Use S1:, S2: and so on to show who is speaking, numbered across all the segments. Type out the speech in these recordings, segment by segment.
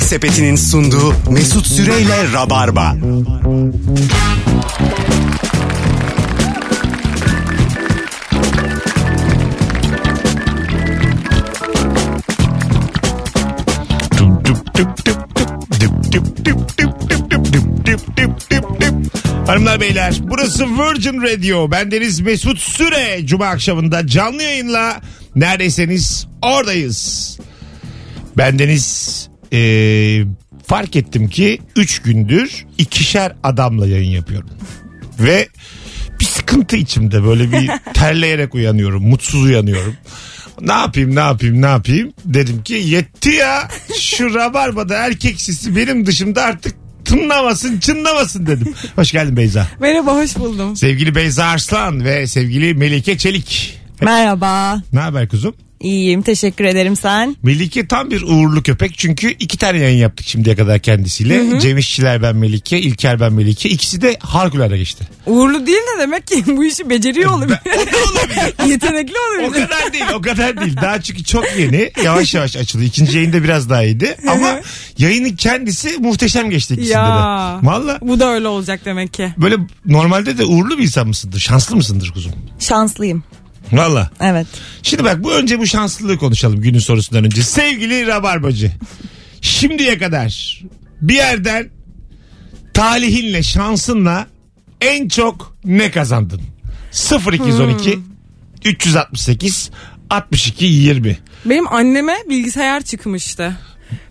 S1: Sepeti'nin sunduğu Mesut Süreyle Rabarba.
S2: Tüp tüp tüp tüp tüp tüp tüp tüp tüp tüp tüp tüp tüp tüp tüp tüp. Hanımlar beyler burası Virgin Radio. Ben Deniz Mesut Süre. Cuma akşamında canlı yayınla neredeyseniz oradayız. Ben Deniz eee, fark ettim ki 3 gündür ikişer adamla yayın yapıyorum. Ve bir sıkıntı içimde böyle bir terleyerek uyanıyorum. Mutsuz uyanıyorum. Ne yapayım ne yapayım ne yapayım dedim ki yetti ya şu rabarbada erkek sesi benim dışımda artık tınlamasın çınlamasın dedim. Hoş geldin Beyza.
S3: Merhaba hoş buldum.
S2: Sevgili Beyza Arslan ve sevgili Melike Çelik.
S3: Merhaba.
S2: Ne haber kuzum?
S3: İyiyim teşekkür ederim sen.
S2: Melike tam bir uğurlu köpek çünkü iki tane yayın yaptık şimdiye kadar kendisiyle. Cem İşçiler ben Melike, İlker ben Melike. İkisi de harikulade geçti.
S3: Uğurlu değil de demek ki bu işi beceriyor olabilir.
S2: olabilir.
S3: Yetenekli
S2: O
S3: olabilir.
S2: kadar değil, o kadar değil. Daha çünkü çok yeni. Yavaş yavaş açıldı. İkinci yayında biraz daha iyiydi. Ama yayının kendisi muhteşem geçti ikisinde
S3: Ya.
S2: de. Valla
S3: Bu da öyle olacak demek ki.
S2: böyle normalde de uğurlu bir insan mısındır? Şanslı mısındır kuzum?
S3: Şanslıyım.
S2: Valla.
S3: Evet.
S2: Şimdi bak bu önce bu şanslılığı konuşalım günün sorusundan önce. Sevgili Rabarbacı. Şimdiye kadar bir yerden talihinle şansınla en çok ne kazandın? 0212 368 62 20.
S3: Benim anneme bilgisayar çıkmıştı.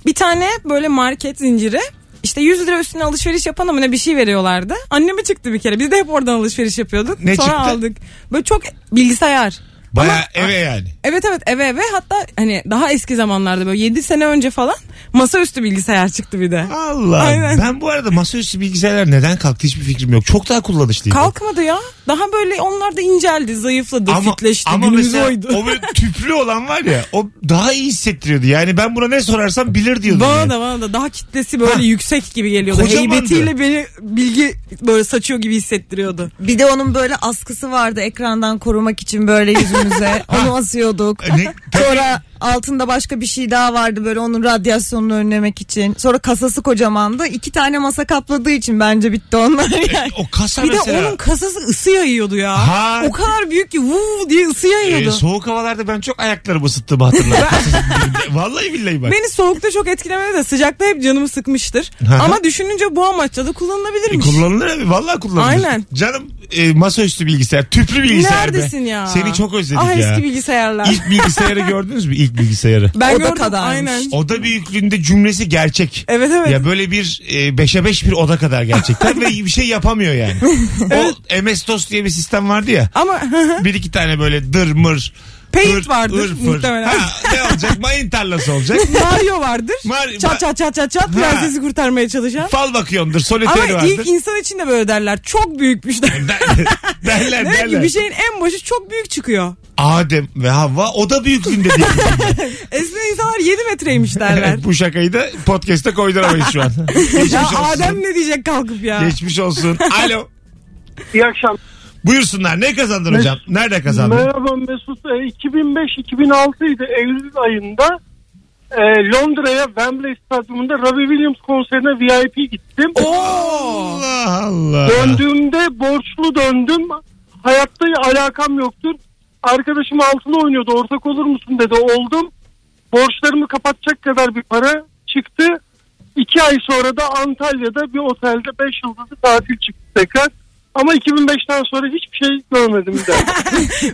S3: Bir tane böyle market zinciri işte 100 lira üstüne alışveriş yapan ama ne bir şey veriyorlardı. Anneme çıktı bir kere. Biz de hep oradan alışveriş yapıyorduk.
S2: Ne
S3: Sonra
S2: çıktı?
S3: aldık. Böyle çok bilgisayar.
S2: Baya
S3: Ama-
S2: eve yani.
S3: Evet evet eve eve hatta hani daha eski zamanlarda böyle 7 sene önce falan masaüstü bilgisayar çıktı bir de.
S2: Allah.
S3: Aynen.
S2: Ben bu arada masaüstü bilgisayarlar neden kalktı hiçbir fikrim yok. Çok daha kullanışlıydı.
S3: Kalkmadı ya. Daha böyle onlar da inceldi, zayıfladı, fitleşti,
S2: ama
S3: günümüz
S2: mesela
S3: oydu.
S2: o böyle tüplü olan var ya o daha iyi hissettiriyordu. Yani ben buna ne sorarsam bilir diyordum. yani.
S3: Bana da bana da daha kitlesi böyle yüksek gibi geliyordu.
S2: Kocamandı.
S3: Heybetiyle beni bilgi böyle saçıyor gibi hissettiriyordu.
S4: Bir de onun böyle askısı vardı ekrandan korumak için böyle yüzümüze. onu asıyorduk.
S2: E, Ne-
S4: Sonra altında başka bir şey daha vardı böyle onun radyasyonunu önlemek için. Sonra kasası kocamandı. İki tane masa kapladığı için bence bitti onlar yani.
S2: O kasa
S3: Bir de
S2: mesela. e,
S3: onun kasası ısı yayıyordu ya.
S2: Ha.
S3: O kadar büyük ki vuu diye ısı yayıyordu.
S2: Ee, soğuk havalarda ben çok ayaklarımı ısıttığımı hatırlarım. Vallahi billahi bak. E,
S3: Beni soğukta çok etkilemedi de sıcakta hep canımı sıkmıştır.
S2: Aha.
S3: Ama düşününce bu amaçla da
S2: E,
S3: kullanılabilirmiş.
S2: kullanılır abi. Vallahi kullanılır.
S3: Aynen.
S2: Canım e, masaüstü bilgisayar. Tüplü bilgisayar be.
S3: Neredesin ya?
S2: Seni çok özledik
S3: ah,
S2: ya.
S3: eski bilgisayarlar.
S2: İlk bilgisayarı gördünüz mü? İlk bilgisayarı.
S3: ben
S4: Oda
S3: gördüm
S4: kadarmış.
S3: aynen.
S2: Oda büyüklüğünde cümlesi gerçek.
S3: Evet evet.
S2: Ya böyle bir e, beşe beş bir oda kadar gerçekten ve bir şey yapamıyor yani. O MS DOS diye bir sistem vardı ya.
S3: Ama
S2: Bir iki tane böyle dır mır.
S3: Paint
S2: ır-
S3: vardır
S2: ır fır.
S3: muhtemelen.
S2: Ha, ne olacak? Mayın tarlası olacak.
S3: Mario vardır.
S2: Mar-
S3: çat çat çat çat çat prensesi kurtarmaya çalışan.
S2: Fal bakıyordur.
S3: Ama
S2: Solitör vardır.
S3: ilk insan için de böyle derler. Çok büyükmüş der.
S2: Der- derler
S3: Demek
S2: derler.
S3: ki bir şey? şeyin en başı çok büyük çıkıyor.
S2: Adem ve Havva o da büyüklüğünde değil.
S3: Eskiden insanlar 7 metreymiş derler.
S2: Evet, Bu şakayı da podcast'te koyduramayız şu an. Geçmiş
S3: ya
S2: olsun.
S3: Adem ne diyecek kalkıp ya.
S2: Geçmiş olsun. Alo.
S5: İyi akşam.
S2: Buyursunlar. Ne kazandın hocam? Nerede kazandın?
S5: Merhaba Mesut. 2005-2006 idi Eylül ayında. E, Londra'ya Wembley Stadyumunda Robbie Williams konserine VIP gittim.
S3: Oh. Oo.
S2: Allah Allah.
S5: Döndüğümde borçlu döndüm. Hayatta alakam yoktur. Arkadaşım altına oynuyordu. Ortak olur musun dedi. Oldum. Borçlarımı kapatacak kadar bir para çıktı. İki ay sonra da Antalya'da bir otelde 5 yıldızlı tatil çıktı tekrar. Ama 2005'ten sonra hiçbir şey görmedim bir daha.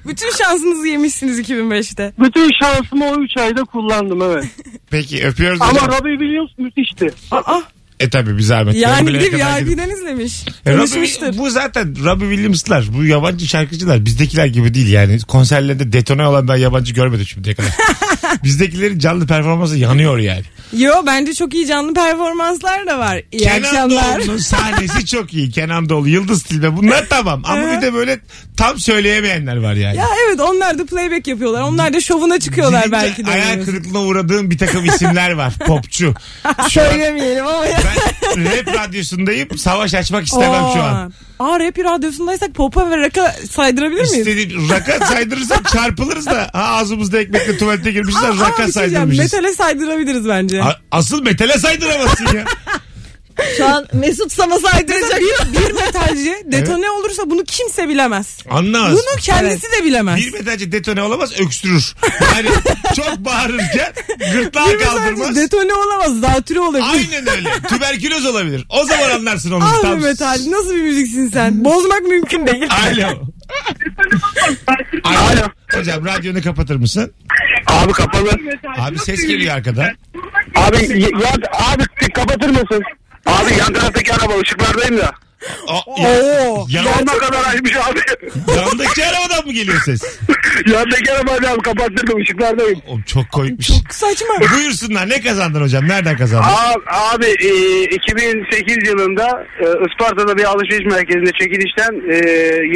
S3: Bütün şansınızı yemişsiniz 2005'te.
S5: Bütün şansımı o 3 ayda kullandım evet.
S2: Peki öpüyoruz
S5: Ama
S2: hocam.
S5: Robbie Williams müthişti.
S3: Aa,
S2: E tabi bir zahmet.
S3: yani
S2: Wembley'e
S3: gidip
S2: kadar
S3: ya
S2: gidip-
S3: birden izlemiş.
S2: E, Robbie-
S3: Konuşmuştur.
S2: bu zaten Robbie Williams'lar. Bu yabancı şarkıcılar bizdekiler gibi değil yani. Konserlerinde detone olan ben yabancı görmedim şimdiye kadar. Bizdekilerin canlı performansı yanıyor yani.
S3: Yo bence çok iyi canlı performanslar da var. İyi
S2: Kenan
S3: akşamlar.
S2: Doğulu'nun sahnesi çok iyi. Kenan Doğulu, Yıldız Tilbe bunlar tamam. Ama bir de böyle tam söyleyemeyenler var yani.
S3: Ya evet onlar da playback yapıyorlar. Onlar da şovuna çıkıyorlar
S2: Gidince
S3: belki de.
S2: Hayal
S3: bilmiyorsun.
S2: kırıklığına uğradığım bir takım isimler var. Popçu.
S4: Söylemeyelim ama ya.
S2: Ben rap radyosundayım. Savaş açmak istemem şu an.
S3: Aa Aa, rap radyosundaysak popa ve raka saydırabilir miyiz?
S2: İstediğim raka saydırırsak çarpılırız da ha, ağzımızda ekmekle tuvalete girmişiz de
S3: Aa, ama bir şey
S2: raka
S3: diyeceğim,
S2: saydırmışız.
S3: Metale saydırabiliriz bence.
S2: A- Asıl metale saydıramazsın ya.
S4: Şu an Mesut sana saydıracak.
S3: bir metalci detone olursa bunu kimse bilemez.
S2: Anlamaz.
S3: Bunu kendisi de bilemez.
S2: Bir metalci detone olamaz öksürür. Yani çok bağırırken gırtlağı
S3: Bir metalci
S2: kaldırmaz.
S3: detone olamaz. Zatürre olabilir.
S2: Aynen öyle. Tüberküloz olabilir. O zaman anlarsın onu.
S3: Ah
S2: Tam-
S3: be metalci nasıl bir müziksin sen? Bozmak mümkün değil.
S2: Alo. Alo. Hocam radyonu kapatır mısın?
S6: Abi kapalı.
S2: Abi ses geliyor arkadan.
S6: Abi y- ya, abi t- kapatır mısın? Abi yan taraftaki araba ışıklardayım da.
S2: Aa, ya-
S3: Oo.
S2: ya-
S6: Sonuna kadar açmış abi.
S2: Yandaki arabadan mı geliyor ses?
S6: Yandaki arabayı abi kapattırdım ışıklardayım.
S2: Oğlum çok koymuş.
S3: Çok saçma.
S2: Buyursunlar ne kazandın hocam? Nereden kazandın?
S6: Abi, abi e, 2008 yılında e, Isparta'da bir alışveriş merkezinde çekilişten e,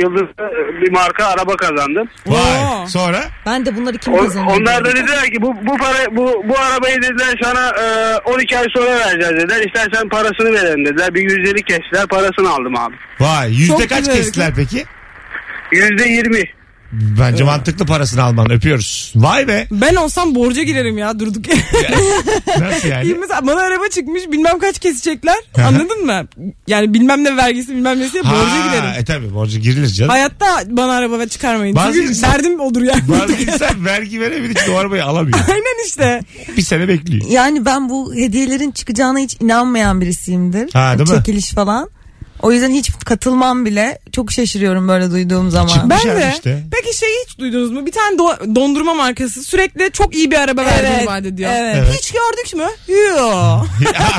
S6: yıldızlı bir marka araba kazandım.
S2: Vay.
S3: Oo.
S2: Sonra?
S4: Ben de bunları kim
S6: O-
S4: kazanıyor?
S6: onlar da dediler ki bu bu para bu bu arabayı dediler sana e, 12 ay sonra vereceğiz dediler. İstersen parasını verelim dediler. Bir yüzdelik kestiler. Parasını aldım abi.
S2: Vay. Yüzde
S3: Çok
S2: kaç
S3: güzel.
S2: kestiler peki?
S6: Yüzde 20.
S2: Bence mantıklı parasını alman. Öpüyoruz. Vay be.
S3: Ben olsam borca girerim ya durduk yere.
S2: Nasıl yani?
S3: Yirmi saat- bana araba çıkmış bilmem kaç kesecekler.
S2: Aha.
S3: Anladın mı? Yani bilmem ne vergisi bilmem nesi borca girerim.
S2: E tabi borcu girilir canım.
S3: Hayatta bana araba çıkarmayın.
S2: Bazı
S3: Çünkü
S2: insan-
S3: derdim olur yani.
S2: Bazı insan vergi veremediği için o arabayı alamıyor.
S3: Aynen işte.
S2: Bir sene bekliyor.
S4: Yani ben bu hediyelerin çıkacağına hiç inanmayan birisiyimdir.
S2: Ha, değil mi?
S4: Çekiliş falan. O yüzden hiç katılmam bile. Çok şaşırıyorum böyle duyduğum zaman.
S2: Çıkmış
S3: Ben
S2: abi
S3: de.
S2: işte.
S3: Peki şeyi hiç duydunuz mu? Bir tane do- dondurma markası sürekli çok iyi bir araba verdiğini vaat ediyor.
S4: evet.
S2: Evet.
S3: Hiç gördük mü? Yok.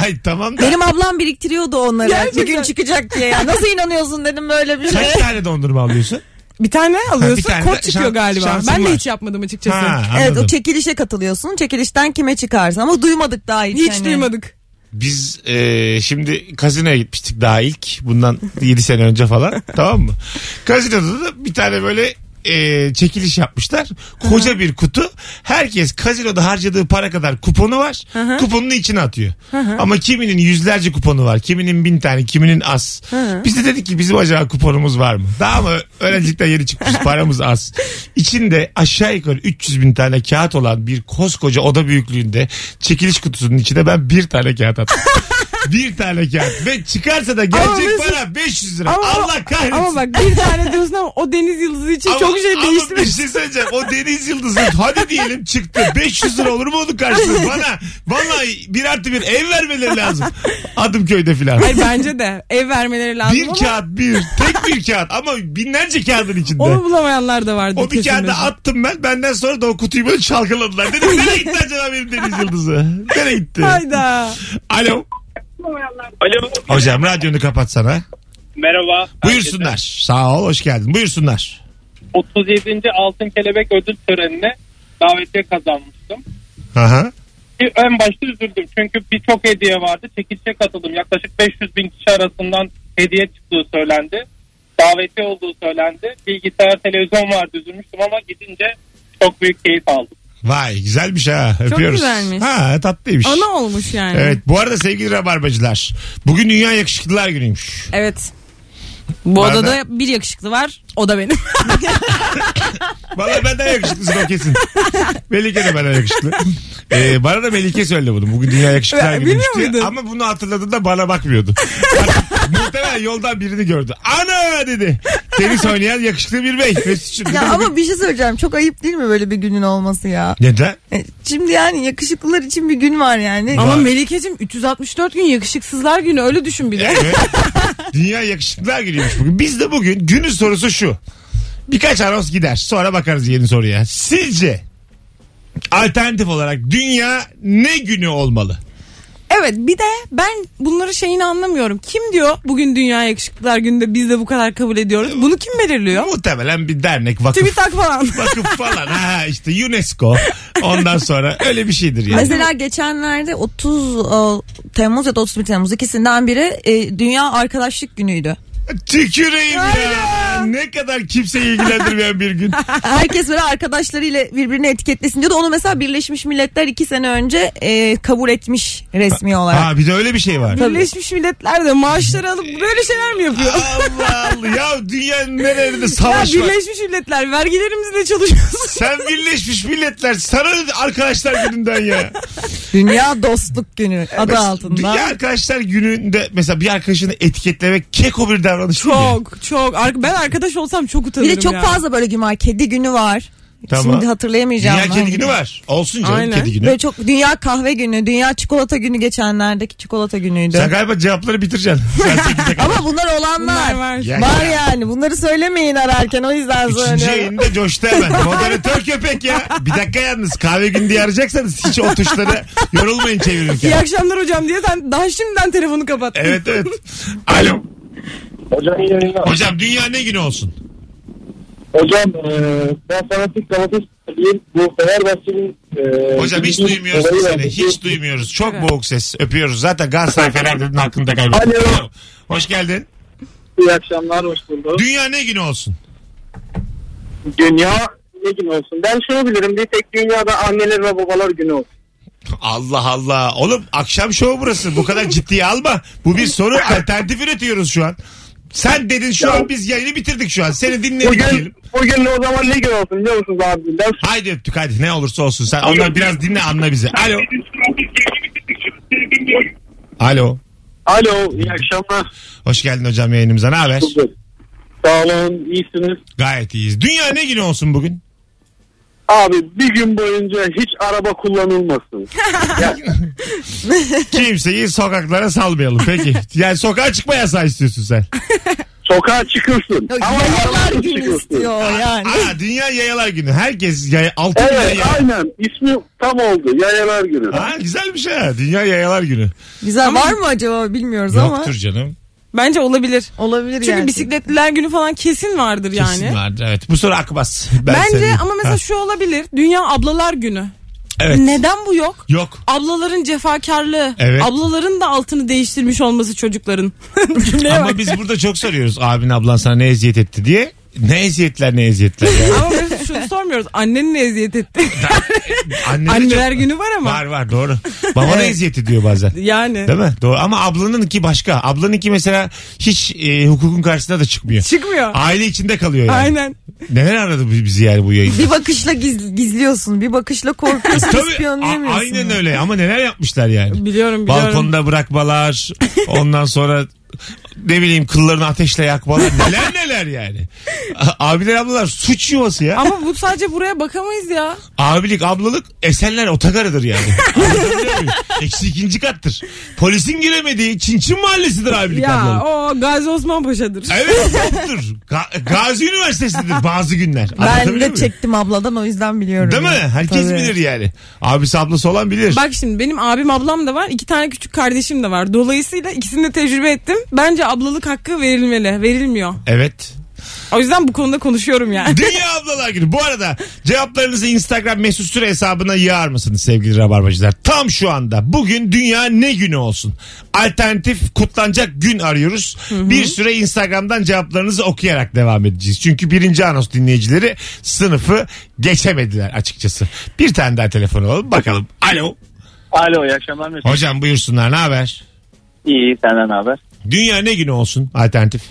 S2: Ay tamam da.
S4: Benim ablam biriktiriyordu onları.
S3: Gerçekten.
S4: Bir gün çıkacak diye. Ya. Nasıl inanıyorsun dedim böyle bir şey.
S2: Kaç tane dondurma alıyorsun?
S3: Bir tane
S2: Ha, bir
S3: alıyorsun
S2: tane de
S3: kod çıkıyor
S2: şans-
S3: galiba.
S2: şansın
S3: Ben de
S2: var.
S3: hiç yapmadım açıkçası.
S2: Ha,
S4: Evet
S2: anladım.
S4: o çekilişe katılıyorsun. Çekilişten kime çıkarsa ama duymadık daha hiç.
S3: Hiç
S4: hani.
S3: duymadık.
S2: Biz e, şimdi kazinoya gitmiştik daha ilk. Bundan 7 sene önce falan. tamam mı? Kazinoda da bir tane böyle e, çekiliş yapmışlar. Koca bir kutu. Herkes kazinoda harcadığı para kadar kuponu var. Kuponunu içine atıyor. Ama kiminin yüzlerce kuponu var. Kiminin bin tane, kiminin az. Biz de dedik ki bizim acaba kuponumuz var mı? Daha mı öğrencilikten yeni çıkmış paramız az. İçinde aşağı yukarı 300 bin tane kağıt olan bir koskoca oda büyüklüğünde çekiliş kutusunun içine ben bir tane kağıt attım. bir tane kağıt ve çıkarsa da gerçek
S3: Ama Mesut-
S2: para 500 lira.
S3: Ama-
S2: Allah kahretsin.
S3: Ama bak bir tane diyorsun ama o deniz yıldızı için
S2: Ama-
S3: çok şey
S2: ama
S3: değişti.
S2: bir şey söyleyeceğim. O deniz yıldızı hadi diyelim çıktı. 500 lira olur mu onun karşılığı? Bana vallahi bir artı bir ev vermeleri lazım. Adım köyde filan.
S3: Hayır bence de ev vermeleri lazım
S2: Bir
S3: ama
S2: kağıt bir. Tek bir kağıt ama binlerce kağıdın içinde.
S3: onu bulamayanlar da vardı.
S2: O bir
S3: kesin
S2: kağıdı
S3: dedi.
S2: attım ben. Benden sonra da o kutuyu böyle çalkaladılar. Dedim nereye gitti acaba benim deniz yıldızı? Nereye gitti?
S3: Hayda.
S2: Alo.
S7: Alo.
S2: Hocam radyonu kapatsana.
S7: Merhaba.
S2: Buyursunlar. Sağ ol hoş geldin. Buyursunlar.
S7: 37. Altın Kelebek Ödül Töreni'ne davetiye kazanmıştım.
S2: Aha.
S7: Bir- En başta üzüldüm çünkü birçok hediye vardı. Çekilişe katıldım. Yaklaşık 500 bin kişi arasından hediye çıktığı söylendi. Davetiye olduğu söylendi. Bilgisayar, televizyon vardı üzülmüştüm ama gidince çok büyük keyif aldım.
S2: Vay güzelmiş ha. Öpüyoruz.
S3: güzelmiş.
S2: Ha tatlıymış.
S3: Ana olmuş yani.
S2: Evet bu arada sevgili rabarbacılar bugün Dünya Yakışıklılar Günü'ymüş.
S3: Evet. Bu
S2: Var
S3: odada bir yakışıklı var. O da benim.
S2: Valla benden yakışıklısın o kesin. Melike de benden yakışıklı. Ee, bana da Melike söyledi bunu. Bugün Dünya Yakışıklılar
S3: Ben
S2: Günü'ymüş
S3: bilmiyor
S2: diye.
S3: muydun?
S2: Ama bunu hatırladığında bana bakmıyordu. Artık Muhtemelen yoldan birini gördü. Ana dedi. Tenis oynayan yakışıklı bir bey. Mesut'cum. dedi
S4: Ya
S2: bugün-
S4: ama bir şey söyleyeceğim. Çok ayıp değil mi böyle bir günün olması ya?
S2: Neden?
S4: E, Şimdi yani yakışıklılar için bir gün var yani.
S3: Ama
S2: Var.
S3: Melike'cim 364 gün yakışıksızlar günü öyle düşün bir de.
S2: Evet. Dünya Yakışıklılar Günü'ymüş bugün. Biz de bugün günün sorusu şu. Birkaç anons gider. Sonra bakarız yeni soruya. Sizce alternatif olarak dünya ne günü olmalı?
S3: Evet bir de ben bunları şeyini anlamıyorum. Kim diyor bugün Dünya Yakışıklılar Günü'nde biz de bu kadar kabul ediyoruz. Bunu kim belirliyor?
S2: Muhtemelen bir dernek vakıf.
S3: TÜBİTAK falan.
S2: vakıf falan ha işte UNESCO ondan sonra öyle bir şeydir yani.
S4: Mesela geçenlerde 30 e, Temmuz ya da 31 Temmuz ikisinden biri e, Dünya Arkadaşlık Günü'ydü.
S2: Tüküreyim ya. ne kadar kimseyi ilgilendirmeyen bir gün.
S4: Herkes böyle arkadaşlarıyla birbirini etiketlesin diyor da onu mesela Birleşmiş Milletler iki sene önce e, kabul etmiş resmi olarak.
S2: Ha bir de öyle bir şey var.
S3: Birleşmiş Milletler de maaşları alıp böyle şeyler mi yapıyor?
S2: Allah Allah ya dünyanın nerelerinde
S3: ya
S2: savaş var.
S3: Birleşmiş Milletler vergilerimizle çalışıyorsun.
S2: Sen Birleşmiş Milletler sana ne arkadaşlar gününden ya.
S4: Dünya Dostluk Günü adı altında.
S2: Dünya arkadaşlar gününde mesela bir arkadaşını etiketlemek keko bir davranış değil mi?
S3: Çok çok. Ar- Ben arkadaş olsam çok
S4: Bir
S3: utanırım
S4: de çok
S3: ya.
S4: fazla böyle gün var. Kedi günü var.
S2: Tamam.
S4: Şimdi hatırlayamayacağım.
S2: Dünya kedi
S4: hangi
S2: günü var. Olsun canım
S3: Aynen.
S2: kedi günü.
S4: Böyle çok dünya kahve günü, dünya çikolata günü geçenlerdeki çikolata günüydü.
S2: Sen galiba cevapları bitireceksin. Sen sekize kadar.
S4: Ama bunlar olanlar.
S3: Bunlar var.
S2: Ya-
S4: Var yani. Bunları söylemeyin ararken o yüzden
S2: İkinci
S4: söylüyorum.
S2: yayında coştu hemen. Moderatör köpek ya. Bir dakika yalnız kahve günü diye arayacaksanız hiç o tuşlara yorulmayın
S3: İyi
S2: çevirirken.
S3: akşamlar hocam diye sen daha şimdiden telefonu kapattın.
S2: Evet evet. Alo.
S5: Hocam iyi yayınlar.
S2: Hocam dünya ne günü olsun?
S5: Hocam eee, ben fanatik Galatasaraylıyım. Bu Fenerbahçe'nin... e, eee,
S2: Hocam hiç
S5: bildiğim
S2: duymuyoruz
S5: olayı var.
S2: seni. Hiç duymuyoruz. Çok boğuk ses. Öpüyoruz. Zaten Galatasaray Fenerbahçe'nin hakkında kaybettik.
S5: Alo.
S2: Alo. Hoş geldin.
S5: İyi akşamlar, hoş bulduk.
S2: Dünya ne günü olsun?
S5: Dünya ne gün olsun? Ben şunu bilirim, bir tek dünyada anneler ve babalar günü olsun.
S2: Allah Allah. Oğlum akşam şovu burası. Bu kadar ciddiye alma. Bu bir soru. Alternatif üretiyoruz şu an. Sen dedin şu an biz yayını bitirdik şu an. Seni dinledik diyelim.
S5: Bugün, bugün o zaman ne gün olsun biliyor musunuz abi? Ben
S2: Haydi öptük hadi ne olursa olsun. Sen onları biraz dinle anla bizi. Alo. Alo.
S5: Alo, iyi akşamlar.
S2: Hoş geldin hocam yayınımıza. Ne haber?
S5: Sağ olun, iyisiniz.
S2: Gayet iyiyiz. Dünya ne günü olsun bugün?
S5: Abi bir gün boyunca hiç araba kullanılmasın.
S2: Kimseyi sokaklara salmayalım. Peki. Yani sokağa çıkma yasağı istiyorsun sen.
S5: Sokağa çıkılsın.
S4: Yok,
S5: Ama
S4: Yayalar
S5: arabasız
S4: günü
S5: çıkılsın.
S4: istiyor yani.
S2: Aa, dünya yayalar günü. Herkes yaya, altı bin
S5: Evet,
S2: yaya.
S5: aynen. İsmi tam oldu. Yayalar günü.
S2: Aa, güzelmiş ha. Dünya yayalar günü.
S4: Güzel var mı acaba bilmiyoruz ama.
S2: Yoktur canım.
S3: Bence olabilir.
S4: Olabilir
S3: Çünkü
S4: yani.
S3: bisikletliler günü falan kesin vardır yani.
S2: Kesin vardır. Evet. Bu soru akmaz. Ben
S3: Bence
S2: seviyorum.
S3: ama
S2: Ha,
S3: mesela şu olabilir. Dünya ablalar günü.
S2: evet.
S3: Neden bu yok?
S2: Yok.
S3: Ablaların cefakarlığı.
S2: Evet.
S3: Ablaların da altını değiştirmiş olması çocukların. Cümleye bak.
S2: Ama biz burada çok soruyoruz. Abin ablan sana ne eziyet etti diye. Ne eziyetler ne eziyetler. Yani.
S3: Ama biz şunu sormuyoruz. Annen ne eziyet etti?
S2: Anne
S3: Anneler günü var ama.
S2: Var var doğru. Babana eziyet ediyor bazen.
S3: Yani.
S2: Değil mi? Doğru. Ama ablanınki başka. Ablanınki mesela hiç e, hukukun karşısına da çıkmıyor.
S3: Çıkmıyor.
S2: Aile içinde kalıyor yani.
S3: Aynen.
S2: Neler aradı bi- bizi yani bu yayında?
S4: Bir bakışla giz- gizliyorsun, bir bakışla korkuyorsun,
S2: E, Tabii a-
S4: ispiyonlayamıyorsun.
S2: aynen öyle ama neler yapmışlar yani.
S3: Biliyorum biliyorum.
S2: Balkonda bırakmalar ondan sonra ne bileyim kıllarını ateşle yakmalar neler neler yani. A- Abiler ablalar suç yuvası ya.
S3: Ama bu sadece buraya bakamayız ya.
S2: Abilik ablalık esenler otogarıdır yani. Anlatabiliyor muyum? Eksi ikinci kattır. Polisin giremediği Çinçin mahallesidir abilik ablalık.
S3: Ya o Gazi Osman Paşa'dır.
S2: Evet yoktur. Ga- Gazi Üniversitesi'dir bazı günler.
S4: Ben
S2: Anlatabiliyor
S4: de
S2: muyum?
S4: çektim abladan o yüzden biliyorum.
S2: Değil mi? Herkes
S4: Tabii.
S2: bilir yani. Abisi ablası olan bilir.
S3: Bak şimdi benim abim ablam da var. iki tane küçük kardeşim de var. Dolayısıyla ikisini de tecrübe ettim. Bence ablalık hakkı verilmeli. Verilmiyor.
S2: Evet.
S3: O yüzden bu konuda konuşuyorum yani.
S2: Dünya ablalar günü. Bu arada cevaplarınızı Instagram mesut süre hesabına yığar mısınız sevgili rabarbacılar? Tam şu anda. Bugün dünya ne günü olsun? Alternatif kutlanacak gün arıyoruz. Bir süre Instagram'dan cevaplarınızı okuyarak devam edeceğiz. Çünkü birinci anos dinleyicileri sınıfı geçemediler açıkçası. Bir tane daha telefon alalım bakalım. Alo.
S8: Alo iyi akşamlar Mesut.
S2: Hocam buyursunlar ne haber?
S8: İyi senden ne haber?
S2: Dünya ne günü olsun alternatif?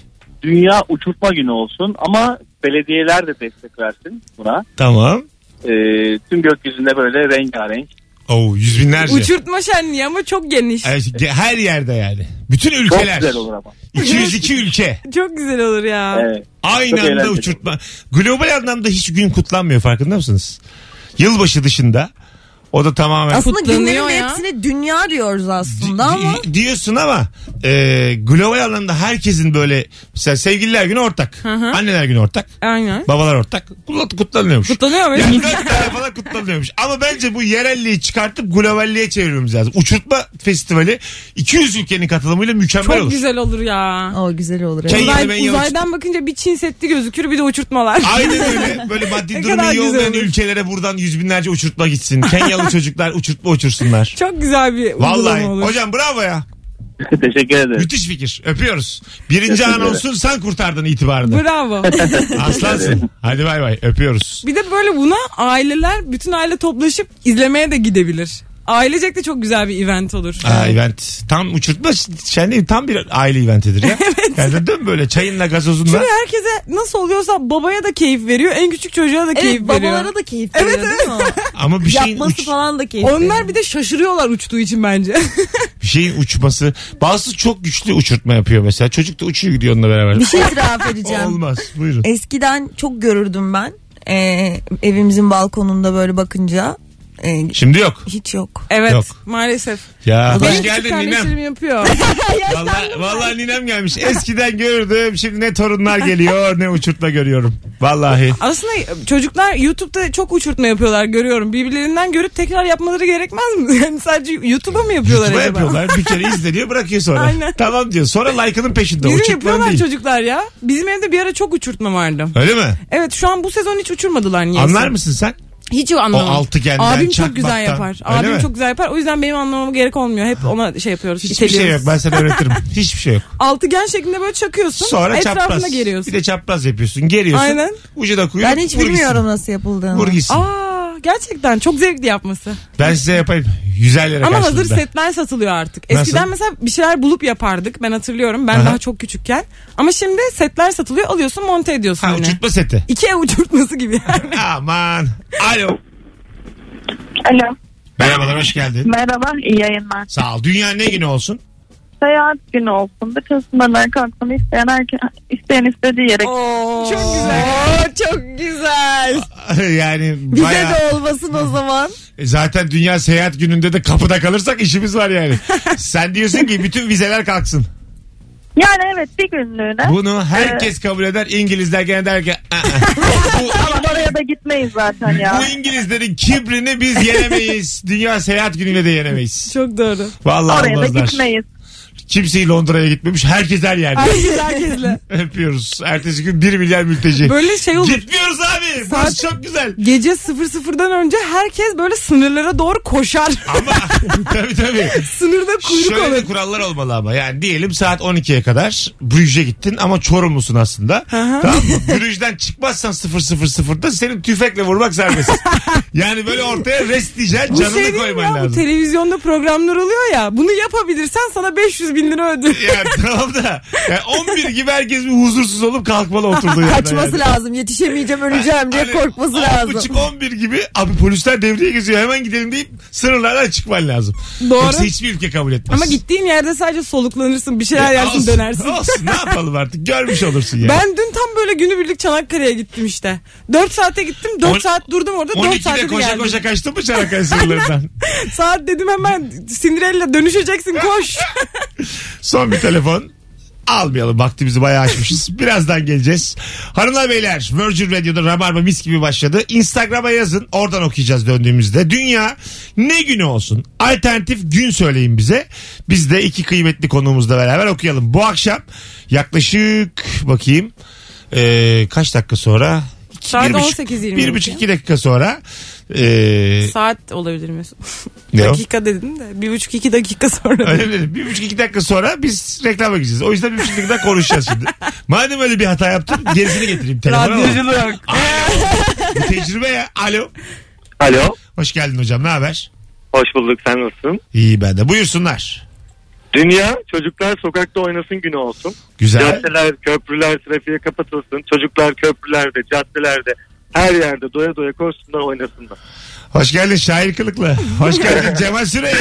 S8: Dünya uçurtma günü olsun ama belediyeler de destek versin buna.
S2: Tamam.
S8: Ee, tüm gökyüzünde böyle rengarenk.
S2: Oo yüz binlerce.
S3: Uçurtma şenliği ama çok geniş.
S2: Evet, ge- Her yerde yani. Bütün
S8: Çok
S2: ülkeler.
S8: güzel olur ama.
S2: 202 ülke.
S3: Çok güzel olur ya.
S8: Evet.
S2: Aynı
S8: Çok
S2: anda
S8: eğlenceli.
S2: uçurtma. Global anlamda hiç gün kutlanmıyor farkında mısınız? Yılbaşı dışında o da tamamen
S4: Aslında
S3: Kutlanıyor
S4: günlerin
S3: ya.
S4: hepsine dünya diyoruz
S2: Di-
S4: aslında ama
S2: di- diyorsun ama e, global anlamda herkesin böyle mesela sevgililer günü ortak.
S3: hı.
S2: Anneler günü ortak.
S3: Aynen.
S2: Babalar ortak. Kutla- Kutlanıyormuş.
S3: Kutlanıyor mu?
S2: Yani dört tane falan kutlanıyormuş. Ama bence bu yerelliği çıkartıp globalliğe çevirmemiz lazım. Uçurtma festivali 200 ülkenin katılımıyla mükemmel
S3: Çok
S2: olur.
S3: güzel olur ya.
S4: o güzel olur. evet.
S2: Şey-
S3: Uzay-
S2: ben yavaş-
S3: uzaydan bakınca bir Çin Seddi gözükür bir de uçurtmalar.
S2: Aynen öyle. Böyle maddi
S3: Ne
S2: durumu
S3: kadar
S2: iyi
S3: güzel
S2: olmayan
S3: olur.
S2: ülkelere buradan yüz binlerce uçurtma gitsin. Kenyalı çocuklar uçurtma uçursunlar.
S3: Çok güzel bir uygulama
S2: Vallahi.
S3: olur.
S2: Hocam bravo ya.
S8: Teşekkür ederim.
S2: Müthiş fikir. Öpüyoruz. Birinci an olsun sen kurtardın itibarını.
S3: Bravo.
S2: Aslansın. Hadi bay bay. Öpüyoruz.
S3: Bir de böyle buna aileler bütün aile toplaşıp izlemeye de gidebilir. Ailecek de çok güzel bir event olur.
S2: Aa, event. Tam uçurtma şenliği tam bir aile eventidir ya. Yani dön böyle çayınla gazozunla.
S3: Çünkü herkese nasıl oluyorsa babaya da keyif veriyor. En küçük çocuğa da
S4: Evet
S3: keyif veriyor.
S4: babalara da keyif veriyor
S3: Evet,
S4: değil mi o?
S2: Ama bir şeyin,
S4: Yapması
S2: uç,
S4: falan da keyif
S3: Onlar
S4: veriyor.
S3: bir de şaşırıyorlar uçtuğu için bence.
S2: bir şeyin uçması. Bazısı çok güçlü uçurtma yapıyor mesela. Çocuk da uçuyor gidiyor onunla beraber.
S4: Bir şey itiraf edeceğim.
S2: Olmaz. Buyurun.
S4: Eskiden çok görürdüm ben. Ee, evimizin balkonunda böyle bakınca. Ee,
S2: Şimdi yok.
S4: hiç yok.
S3: evet
S2: Yok.
S3: maalesef.
S2: Ya.
S3: Benim
S2: Hoş
S3: küçük
S2: geldin
S3: kardeşlerim
S2: ninem.
S3: yapıyor.
S2: Vallahi, vallahi ninem gelmiş. Eskiden gördüm. Şimdi ne torunlar geliyor ne uçurtma görüyorum. Vallahi.
S3: Aslında çocuklar YouTube'da çok uçurtma yapıyorlar görüyorum. Birbirlerinden görüp tekrar yapmaları gerekmez mi? Yani sadece YouTube'a mı yapıyorlar
S2: Uçurtma
S3: acaba?
S2: yapıyorlar. Bir kere izleniyor bırakıyor sonra.
S3: Aynen.
S2: Tamam diyor. Sonra like'ının peşinde.
S3: Yürü
S2: Uçurtmanın
S3: yapıyorlar
S2: değil.
S3: çocuklar ya. Bizim evde bir ara çok uçurtma vardı.
S2: Öyle mi?
S3: Evet şu an bu sezon hiç uçurmadılar niyeyse.
S2: Anlar mısın sen?
S3: Hiç anlamam.
S2: O altıgenden,
S3: Abim çok
S2: çakmaktan.
S3: güzel yapar.
S2: Öyle
S3: Abim
S2: mi?
S3: çok güzel yapar. O yüzden benim anlamama gerek olmuyor. Hep ona şey yapıyoruz.
S2: Hiçbir şey yok.
S3: iteliyoruz.
S2: Ben sana öğretirim. Hiçbir şey yok.
S3: Altıgen şeklinde böyle çakıyorsun.
S2: Sonra
S3: etrafına
S2: çapraz.
S3: geliyorsun.
S2: Bir de çapraz yapıyorsun. Geriyorsun.
S3: Aynen.
S2: Ucu da kuyruk.
S4: Ben hiç
S2: vur gitsin.
S4: bilmiyorum nasıl yapıldığını.
S2: Vur gitsin.
S3: Aa gerçekten çok zevkli yapması.
S2: Ben size yapayım. 150 lira
S3: Ama hazır
S2: karşılığında.
S3: setler satılıyor artık.
S2: Nasıl?
S3: Eskiden mesela bir şeyler bulup yapardık. Ben hatırlıyorum. Ben
S2: Aha.
S3: daha çok küçükken. Ama şimdi setler satılıyor. Alıyorsun monte ediyorsun
S2: Ha,
S3: yine.
S2: uçurtma seti.
S3: İki ev uçurtması gibi yani.
S2: Aman. Alo.
S9: Alo.
S2: Merhabalar hoş geldin.
S9: Merhaba. iyi yayınlar.
S2: Sağ ol. Dünya ne günü olsun?
S9: Seyahat günü olsun. Bütün sınırlar kalksın. İsteyen, erken, isteyen istediği yere.
S4: Oo,
S3: Çok güzel.
S4: oo, çok güzel.
S2: yani
S4: Bize
S2: bayağı-
S4: de olmasın o zaman.
S2: E Zaten dünya seyahat gününde de kapıda kalırsak işimiz var yani. Sen diyorsun ki bütün vizeler kalksın.
S9: Yani evet bir günlüğüne. e,
S2: Bunu herkes kabul eder. İngilizler gene der ki "Aa, bu,
S9: Ama oraya da gitmeyiz zaten ya.
S2: bu İngilizlerin kibrini biz yenemeyiz. Dünya seyahat günüyle de yenemeyiz.
S3: Çok doğru.
S2: Vallahi
S9: Oraya da
S2: olmazlar.
S9: gitmeyiz.
S2: Kimseyi Londra'ya gitmemiş. Herkes her yerde.
S3: Herkes herkesle.
S2: Öpüyoruz. Ertesi gün 1 milyar mülteci.
S3: Böyle şey olur.
S2: Gitmiyoruz abi. Burası çok güzel.
S3: Gece 00'dan önce herkes böyle sınırlara doğru koşar.
S2: Ama tabii tabii.
S3: Sınırda kuyruk
S2: Şöyle
S3: olur.
S2: de kurallar olmalı ama. Yani diyelim saat 12'ye kadar Brüj'e gittin ama Çorumlusun aslında. tamam mı? Brüj'den çıkmazsan 000'da senin tüfekle vurmak serbest. yani böyle ortaya rest diyeceksin
S3: Bu şey
S2: canını
S3: değil mi
S2: koyman
S3: ya? Bu
S2: lazım.
S3: televizyonda programlar oluyor ya. Bunu yapabilirsen sana 500 bin lira ödül.
S2: Yani tamam da yani 11 gibi herkes bir huzursuz olup kalkmalı oturduğu yerden.
S4: Kaçması
S2: yani.
S4: lazım. Yetişemeyeceğim, öleceğim diye
S2: Hani
S4: korkması
S2: on
S4: lazım.
S2: buçuk, 11 gibi abi polisler devreye geziyor hemen gidelim deyip sınırlardan çıkman lazım.
S3: Doğru.
S2: Yoksa hiçbir ülke kabul etmez.
S3: Ama gittiğin yerde sadece soluklanırsın, bir şeyler
S2: E,
S3: yersin,
S2: olsun,
S3: dönersin.
S2: Olsun ne yapalım artık görmüş olursun yani.
S3: Ben dün tam böyle günübirlik Çanakkale'ye gittim işte. 4 saate gittim, 4
S2: On-
S3: saat durdum orada, 4 saatte
S2: 12'de
S3: de
S2: koşa
S3: geldim.
S2: koşa kaçtın mı Çanakkale sınırlarından?
S3: Saat dedim hemen Cinderella dönüşeceksin koş.
S2: Son bir telefon. Almayalım vaktimizi bayağı açmışız. Birazdan geleceğiz. Hanımlar beyler Virgin Radio'da Rabarba mis gibi başladı. Instagram'a yazın oradan okuyacağız döndüğümüzde. Dünya ne günü olsun? Alternatif gün söyleyin bize. Biz de iki kıymetli konuğumuzla beraber okuyalım. Bu akşam yaklaşık bakayım ee, kaç dakika sonra?
S3: Saat
S2: Bir buçuk-
S3: 18.20
S2: Bir buçuk iki dakika sonra. ee,
S3: Saat olabilir Mesut.
S2: ne o?
S3: dakika dedin de, bir buçuk iki dakika sonra.
S2: Öyle mi? Bir buçuk iki dakika sonra biz reklama gideceğiz. O yüzden bir buçuk dakika konuşacağız şimdi. Madem öyle bir hata yaptım gerisini getireyim. Telefona bak.
S3: Radyoculuk.
S2: Bu tecrübe ya. Alo.
S6: Alo.
S2: Hoş geldin hocam ne haber?
S6: Hoş bulduk sen nasılsın?
S2: İyi ben de. Buyursunlar.
S6: Dünya çocuklar sokakta oynasın günü olsun.
S2: Güzel.
S6: Caddeler, köprüler trafiğe kapatılsın. Çocuklar köprülerde, caddelerde her yerde doya doya koşsunlar oynasınlar.
S2: Hoş geldin şair kılıklı. Hoş geldin Cemal Süreya.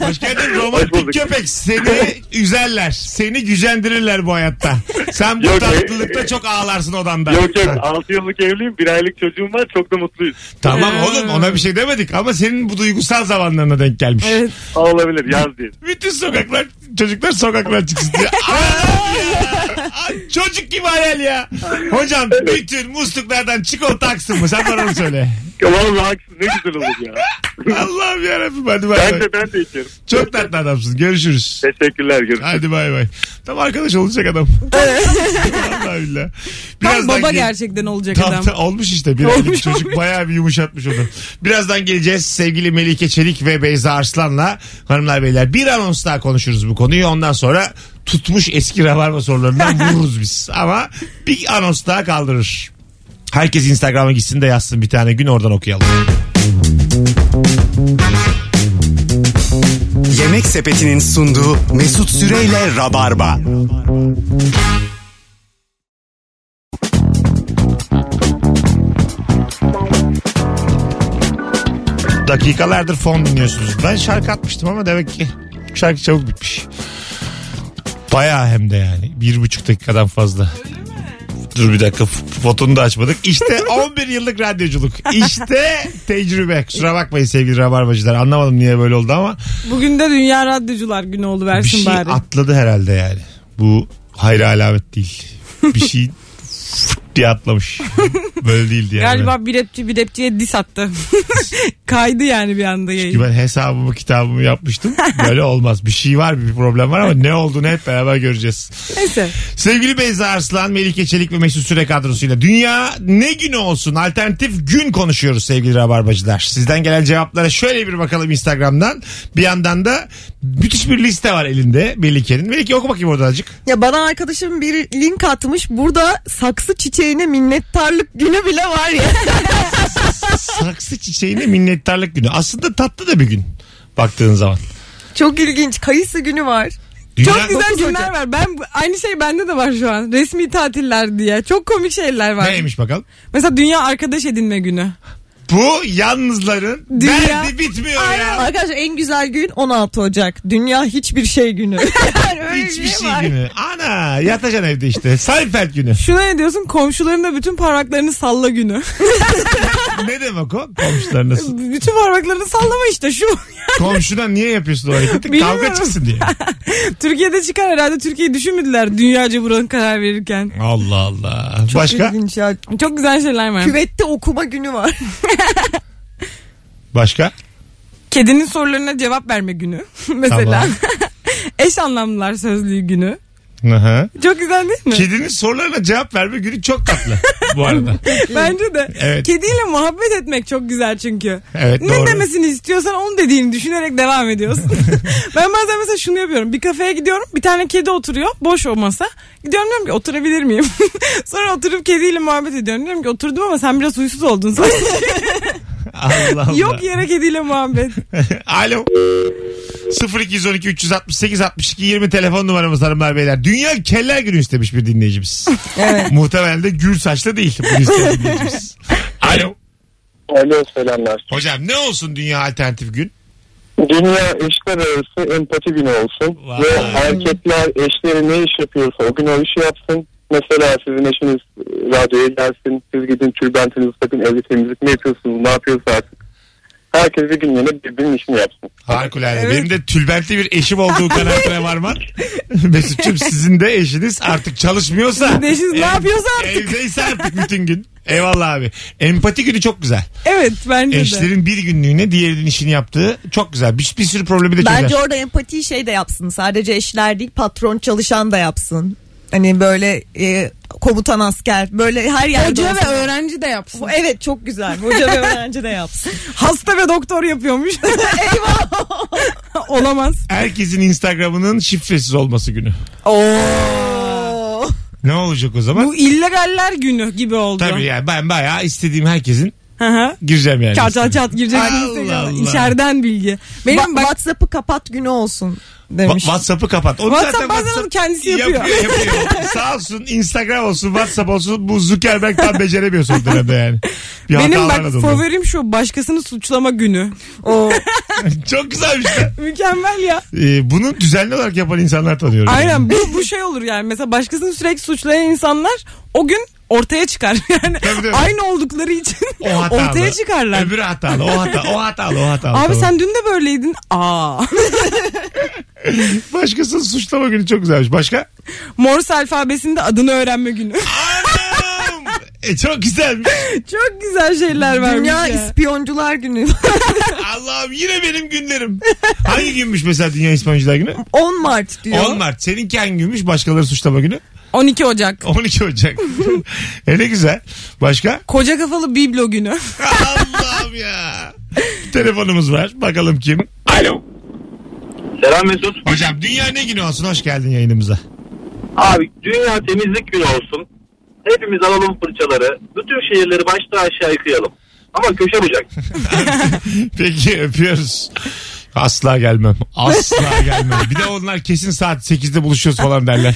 S2: Hoş geldin
S6: Hoş bulduk.
S2: romantik köpek. Seni üzerler. Seni gücendirirler bu hayatta. Sen bu
S6: Yok,
S2: tatlılıkta çok ağlarsın odanda.
S6: Yok yok 6 yıllık evliyim 1 aylık çocuğum var çok da mutluyuz.
S3: Ee.
S2: Tamam oğlum ona bir şey demedik ama senin bu duygusal zamanlarına denk gelmiş.
S3: Evet.
S6: Olabilir yaz diye.
S2: Bütün sokaklar çocuklar sokaklar çıksın diye. Ay ya. Ay, Çocuk gibi hayal ya. Hocam bütün musluklardan çikolata aksın mı? Sen bana onu söyle.
S6: Vallahi haksız ne güzel olur ya.
S2: Allah'ım yarabbim hadi bay
S6: Ben
S2: bay.
S6: de şey- ben de içerim.
S2: Çok tatlı adamsın. Görüşürüz.
S6: Teşekkürler görüşürüz.
S2: Hadi bay bay. Tam arkadaş olacak adam. Vallahi Vallahi billahi.
S3: Tam
S2: Birazdan
S3: baba
S2: gel-
S3: gerçekten olacak
S2: Tam,
S3: adam.
S2: tam- olmuş işte bir
S3: Olmuş,
S2: aylık çocuk
S3: olmuş.
S2: bayağı bir yumuşatmış onu. Birazdan geleceğiz sevgili Melike Çelik ve Beyza Arslan'la hanımlar beyler bir anons daha konuşuruz bu konuyu. Ondan sonra tutmuş eski rabarba sorularından vururuz biz. Ama bir anons daha kaldırır. Herkes Instagram'a gitsin de yazsın bir tane gün oradan okuyalım.
S1: Yemek Sepeti'nin sunduğu Mesut Süreyle Rabarba.
S2: Dakikalardır fon dinliyorsunuz. Ben şarkı atmıştım ama demek ki şarkı çabuk bitmiş. Bayağı hem de yani. Bir buçuk dakikadan fazla. Dur bir dakika f- fotonu da açmadık. İşte 11 yıllık radyoculuk. İşte tecrübe. Kusura bakmayın sevgili rabarbacılar. Anlamadım niye böyle oldu ama
S3: Bugün de Dünya Radyocular Günü oldu
S2: bir
S3: versin
S2: şey
S3: bari.
S2: atladı herhalde yani. Bu hayra alamet değil. Bir şey fıt diye atlamış. Böyle değildi yani.
S3: Galiba bir rapçi bir rapçiye dis attı. Kaydı yani bir anda
S2: Ki
S3: yayın.
S2: ben hesabımı kitabımı yapmıştım. Böyle olmaz. Bir şey var bir problem var ama ne olduğunu hep beraber göreceğiz.
S3: Neyse.
S2: Sevgili Beyza Arslan, Melike Çelik ve Mesut Süre kadrosuyla Dünya ne günü olsun alternatif gün konuşuyoruz sevgili Rabarbacılar. Sizden gelen cevaplara şöyle bir bakalım Instagram'dan. Bir yandan da müthiş bir liste var elinde Melike'nin. Melike oku bakayım orada azıcık.
S4: Ya bana arkadaşım bir link atmış. Burada saksı çiçeğine minnettarlık günü bile var ya.
S2: Saksı çiçeğine minnettarlık günü. Aslında tatlı da bir gün baktığın zaman.
S4: Çok ilginç. Kayısı günü var.
S2: Dünya-
S3: Çok güzel şey
S4: Dokuz
S3: günler
S4: Ocak.
S3: var. Ben bu- aynı şey bende de var şu an. Resmi tatiller diye. Çok komik şeyler var.
S2: Neymiş bakalım?
S3: Mesela Dünya Arkadaş Edinme Günü.
S2: Bu yalnızların
S3: Dünya-
S2: derdi bitmiyor ya.
S4: Arkadaşlar en güzel gün 16 Ocak. Dünya hiçbir şey günü. Yani öyle
S2: Hiçbir şey günü. Ana yatacaksın evde işte. Seinfeld günü.
S3: Şuna ne diyorsun? Komşularında bütün parmaklarını salla günü.
S2: ne demek o? Komşular nasıl?
S3: bütün parmaklarını sallama işte şu.
S2: Komşuna niye yapıyorsun o hareketi?
S3: Bilmiyorum.
S2: Kavga çıksın diye.
S3: Türkiye'de çıkar herhalde. Türkiye'yi düşünmediler dünyaca buranın karar verirken.
S2: Allah Allah. başka?
S4: İlginç ya.
S3: Çok güzel şeyler var.
S4: Küvette okuma günü var.
S2: Başka?
S3: Kedinin sorularına cevap verme günü. Mesela.
S2: Tamam.
S3: Eş anlamlılar sözlüğü günü.
S2: Hı hı.
S3: Çok güzel değil mi?
S2: Kedinin sorularına cevap verme günü çok tatlı bu arada.
S3: Bence de.
S2: Evet.
S3: Kediyle muhabbet etmek çok güzel çünkü.
S2: Evet,
S3: ne
S2: doğru.
S3: demesini istiyorsan onu dediğini düşünerek devam ediyorsun. ben bazen mesela şunu yapıyorum. Bir kafeye gidiyorum. Bir tane kedi oturuyor. Boş o masa. Gidiyorum diyorum ki oturabilir miyim? Sonra oturup kediyle muhabbet ediyorum. Diyorum ki oturdum ama sen biraz huysuz oldun. Sonra
S2: Allah Allah.
S3: yok yere kediyle muhabbet.
S2: Alo. 0212 368 62 20 telefon numaramız hanımlar beyler. Dünya keller günü istemiş bir dinleyicimiz. Evet. Muhtemelen de gür saçlı değil bu isteyen dinleyicimiz. Alo.
S5: Alo selamlar.
S2: Hocam ne olsun dünya alternatif gün?
S5: Dünya eşler arası empati günü olsun.
S2: Vay.
S5: Ve erkekler eşleri ne iş yapıyorsa o gün o işi yapsın. Mesela sizin eşiniz e, radyoya gelsin. Siz gidin tülbentinizi takın evde temizlik mi yapıyorsunuz ne yapıyorsa artık. Herkes bir gün yine birbirinin işini yapsın.
S2: Harikulade.
S3: Evet.
S2: Benim de tülbentli bir eşim olduğu kanaatine varman. Mesut'cum sizin de eşiniz artık çalışmıyorsa.
S3: Sizin de eşiniz ne yapıyorsa artık.
S2: Evdeyse artık bütün gün. Eyvallah abi. Empati günü çok güzel.
S3: Evet bence de.
S2: Eşlerin bir günlüğüne diğerinin işini yaptığı çok güzel. Bir, bir sürü problemi de çözer.
S4: Bence orada empatiyi şey de yapsın. Sadece eşler değil patron çalışan da yapsın. Hani böyle e, komutan asker böyle her yerde
S3: Hoca ve
S4: olsun.
S3: öğrenci de yapsın.
S4: Bu- Evet çok güzel. Hoca ve öğrenci de yapsın.
S3: Hasta ve doktor yapıyormuş. Eyvah. Olamaz.
S2: Herkesin Instagram'ının şifresiz olması günü.
S4: Oo.
S2: Ne olacak o zaman?
S3: Bu illegaller günü gibi oldu.
S2: Tabii yani ben bayağı istediğim herkesin
S3: Hı hı.
S2: gireceğim yani.
S3: Çat çat çat gireceksin
S2: Allah
S3: Instagram'a.
S2: Allah.
S3: İçeriden bilgi. Benim
S4: Wa-
S3: bak
S4: WhatsApp'ı kapat günü olsun
S2: Wa-
S4: demiş.
S2: WhatsApp'ı kapat. Onu
S3: WhatsApp
S2: zaten
S3: bazen onu kendisi yapıyor.
S2: Yapıyor, yapıyor. Sağ olsun Instagram olsun WhatsApp olsun bu Zuckerberg tam beceremiyor son dönemde yani. Bir
S3: benim
S2: hatalarla
S3: bak
S2: dolu.
S3: favorim şu başkasını suçlama günü.
S4: Oo.
S2: Çok güzelmiş lan.
S3: Mükemmel ya.
S2: Ee, bunu düzenli olarak yapan insanlar tanıyorum.
S3: Aynen bu, bu şey olur yani. Mesela başkasını sürekli suçlayan insanlar o gün ortaya çıkar. Yani
S2: Tabii, tabii.
S3: aynı oldukları için
S2: O hatalı.
S3: ortaya çıkarlar.
S2: Öbürü hatalı. O hata, o hatalı, o hatalı.
S3: Abi
S2: Tamam.
S3: sen dün de böyleydin. Aa.
S2: Başkasını suçlama günü çok güzelmiş. Başka?
S3: Morse alfabesinde adını öğrenme günü.
S2: Anam! E, çok güzelmiş.
S3: Çok güzel şeyler var.
S4: Dünya İspiyoncular Günü.
S2: Allah'ım yine benim günlerim. Hangi günmüş mesela Dünya İspanyolcular Günü?
S4: 10 Mart diyor.
S2: 10 Mart. Seninki hangi günmüş? Başkaları suçlama günü.
S3: 12 Ocak.
S2: 12 Ocak. e ne güzel. Başka?
S3: Koca kafalı biblo günü.
S2: Allah'ım ya. Telefonumuz var. Bakalım kim?
S6: Alo. Selam Mesut.
S2: Hocam dünya ne günü olsun. Hoş geldin yayınımıza.
S6: Abi dünya temizlik günü olsun. Hepimiz alalım fırçaları. Bütün şehirleri baştan aşağı yıkayalım. Ama köşe bucak.
S2: Peki öpüyoruz. Asla gelmem. Asla gelmem. Bir de onlar kesin saat 8'de buluşuyoruz falan derler.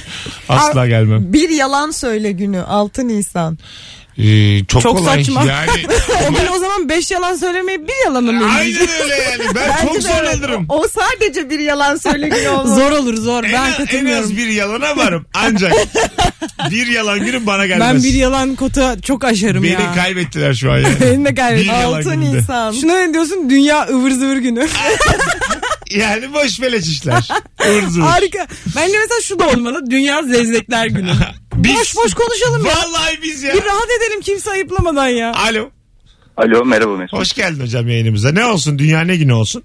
S2: Asla gelmem.
S4: Bir yalan söyle günü 6 Nisan.
S2: Ee, çok,
S3: Çok
S2: kolay.
S3: saçma.
S2: Yani,
S3: o gün o zaman 5 yalan söylemeyip bir yalanı mı?
S2: aynen öyle yani. Ben
S4: Bence
S2: çok
S4: de
S2: zor
S4: evet.
S2: alırım.
S4: O sadece bir yalan söyle günü olmalı.
S3: Zor olur zor.
S2: En,
S3: ben
S2: az- en az
S3: katılmıyorum.
S2: bir yalana varım. Ancak bir yalan günüm bana gelmez.
S3: Ben bir yalan kota çok aşarım
S2: Beni
S3: ya.
S2: kaybettiler şu an yani.
S3: Beni de kaybettim.
S2: Bir yalan
S4: 6
S2: gününde.
S4: Nisan.
S3: Şuna ne diyorsun? Dünya ıvır zıvır günü.
S2: Yani boş beleş işler. Urzur.
S3: Harika. Bence mesela şu da olmalı. Dünya zevzekler günü.
S2: Biz-
S3: boş boş konuşalım ya.
S2: Vallahi biz ya.
S3: Bir rahat edelim kimse ayıplamadan ya.
S2: Alo.
S8: Alo merhaba Mesut.
S2: Hoş geldin hocam yayınımıza. Ne olsun dünya ne günü olsun?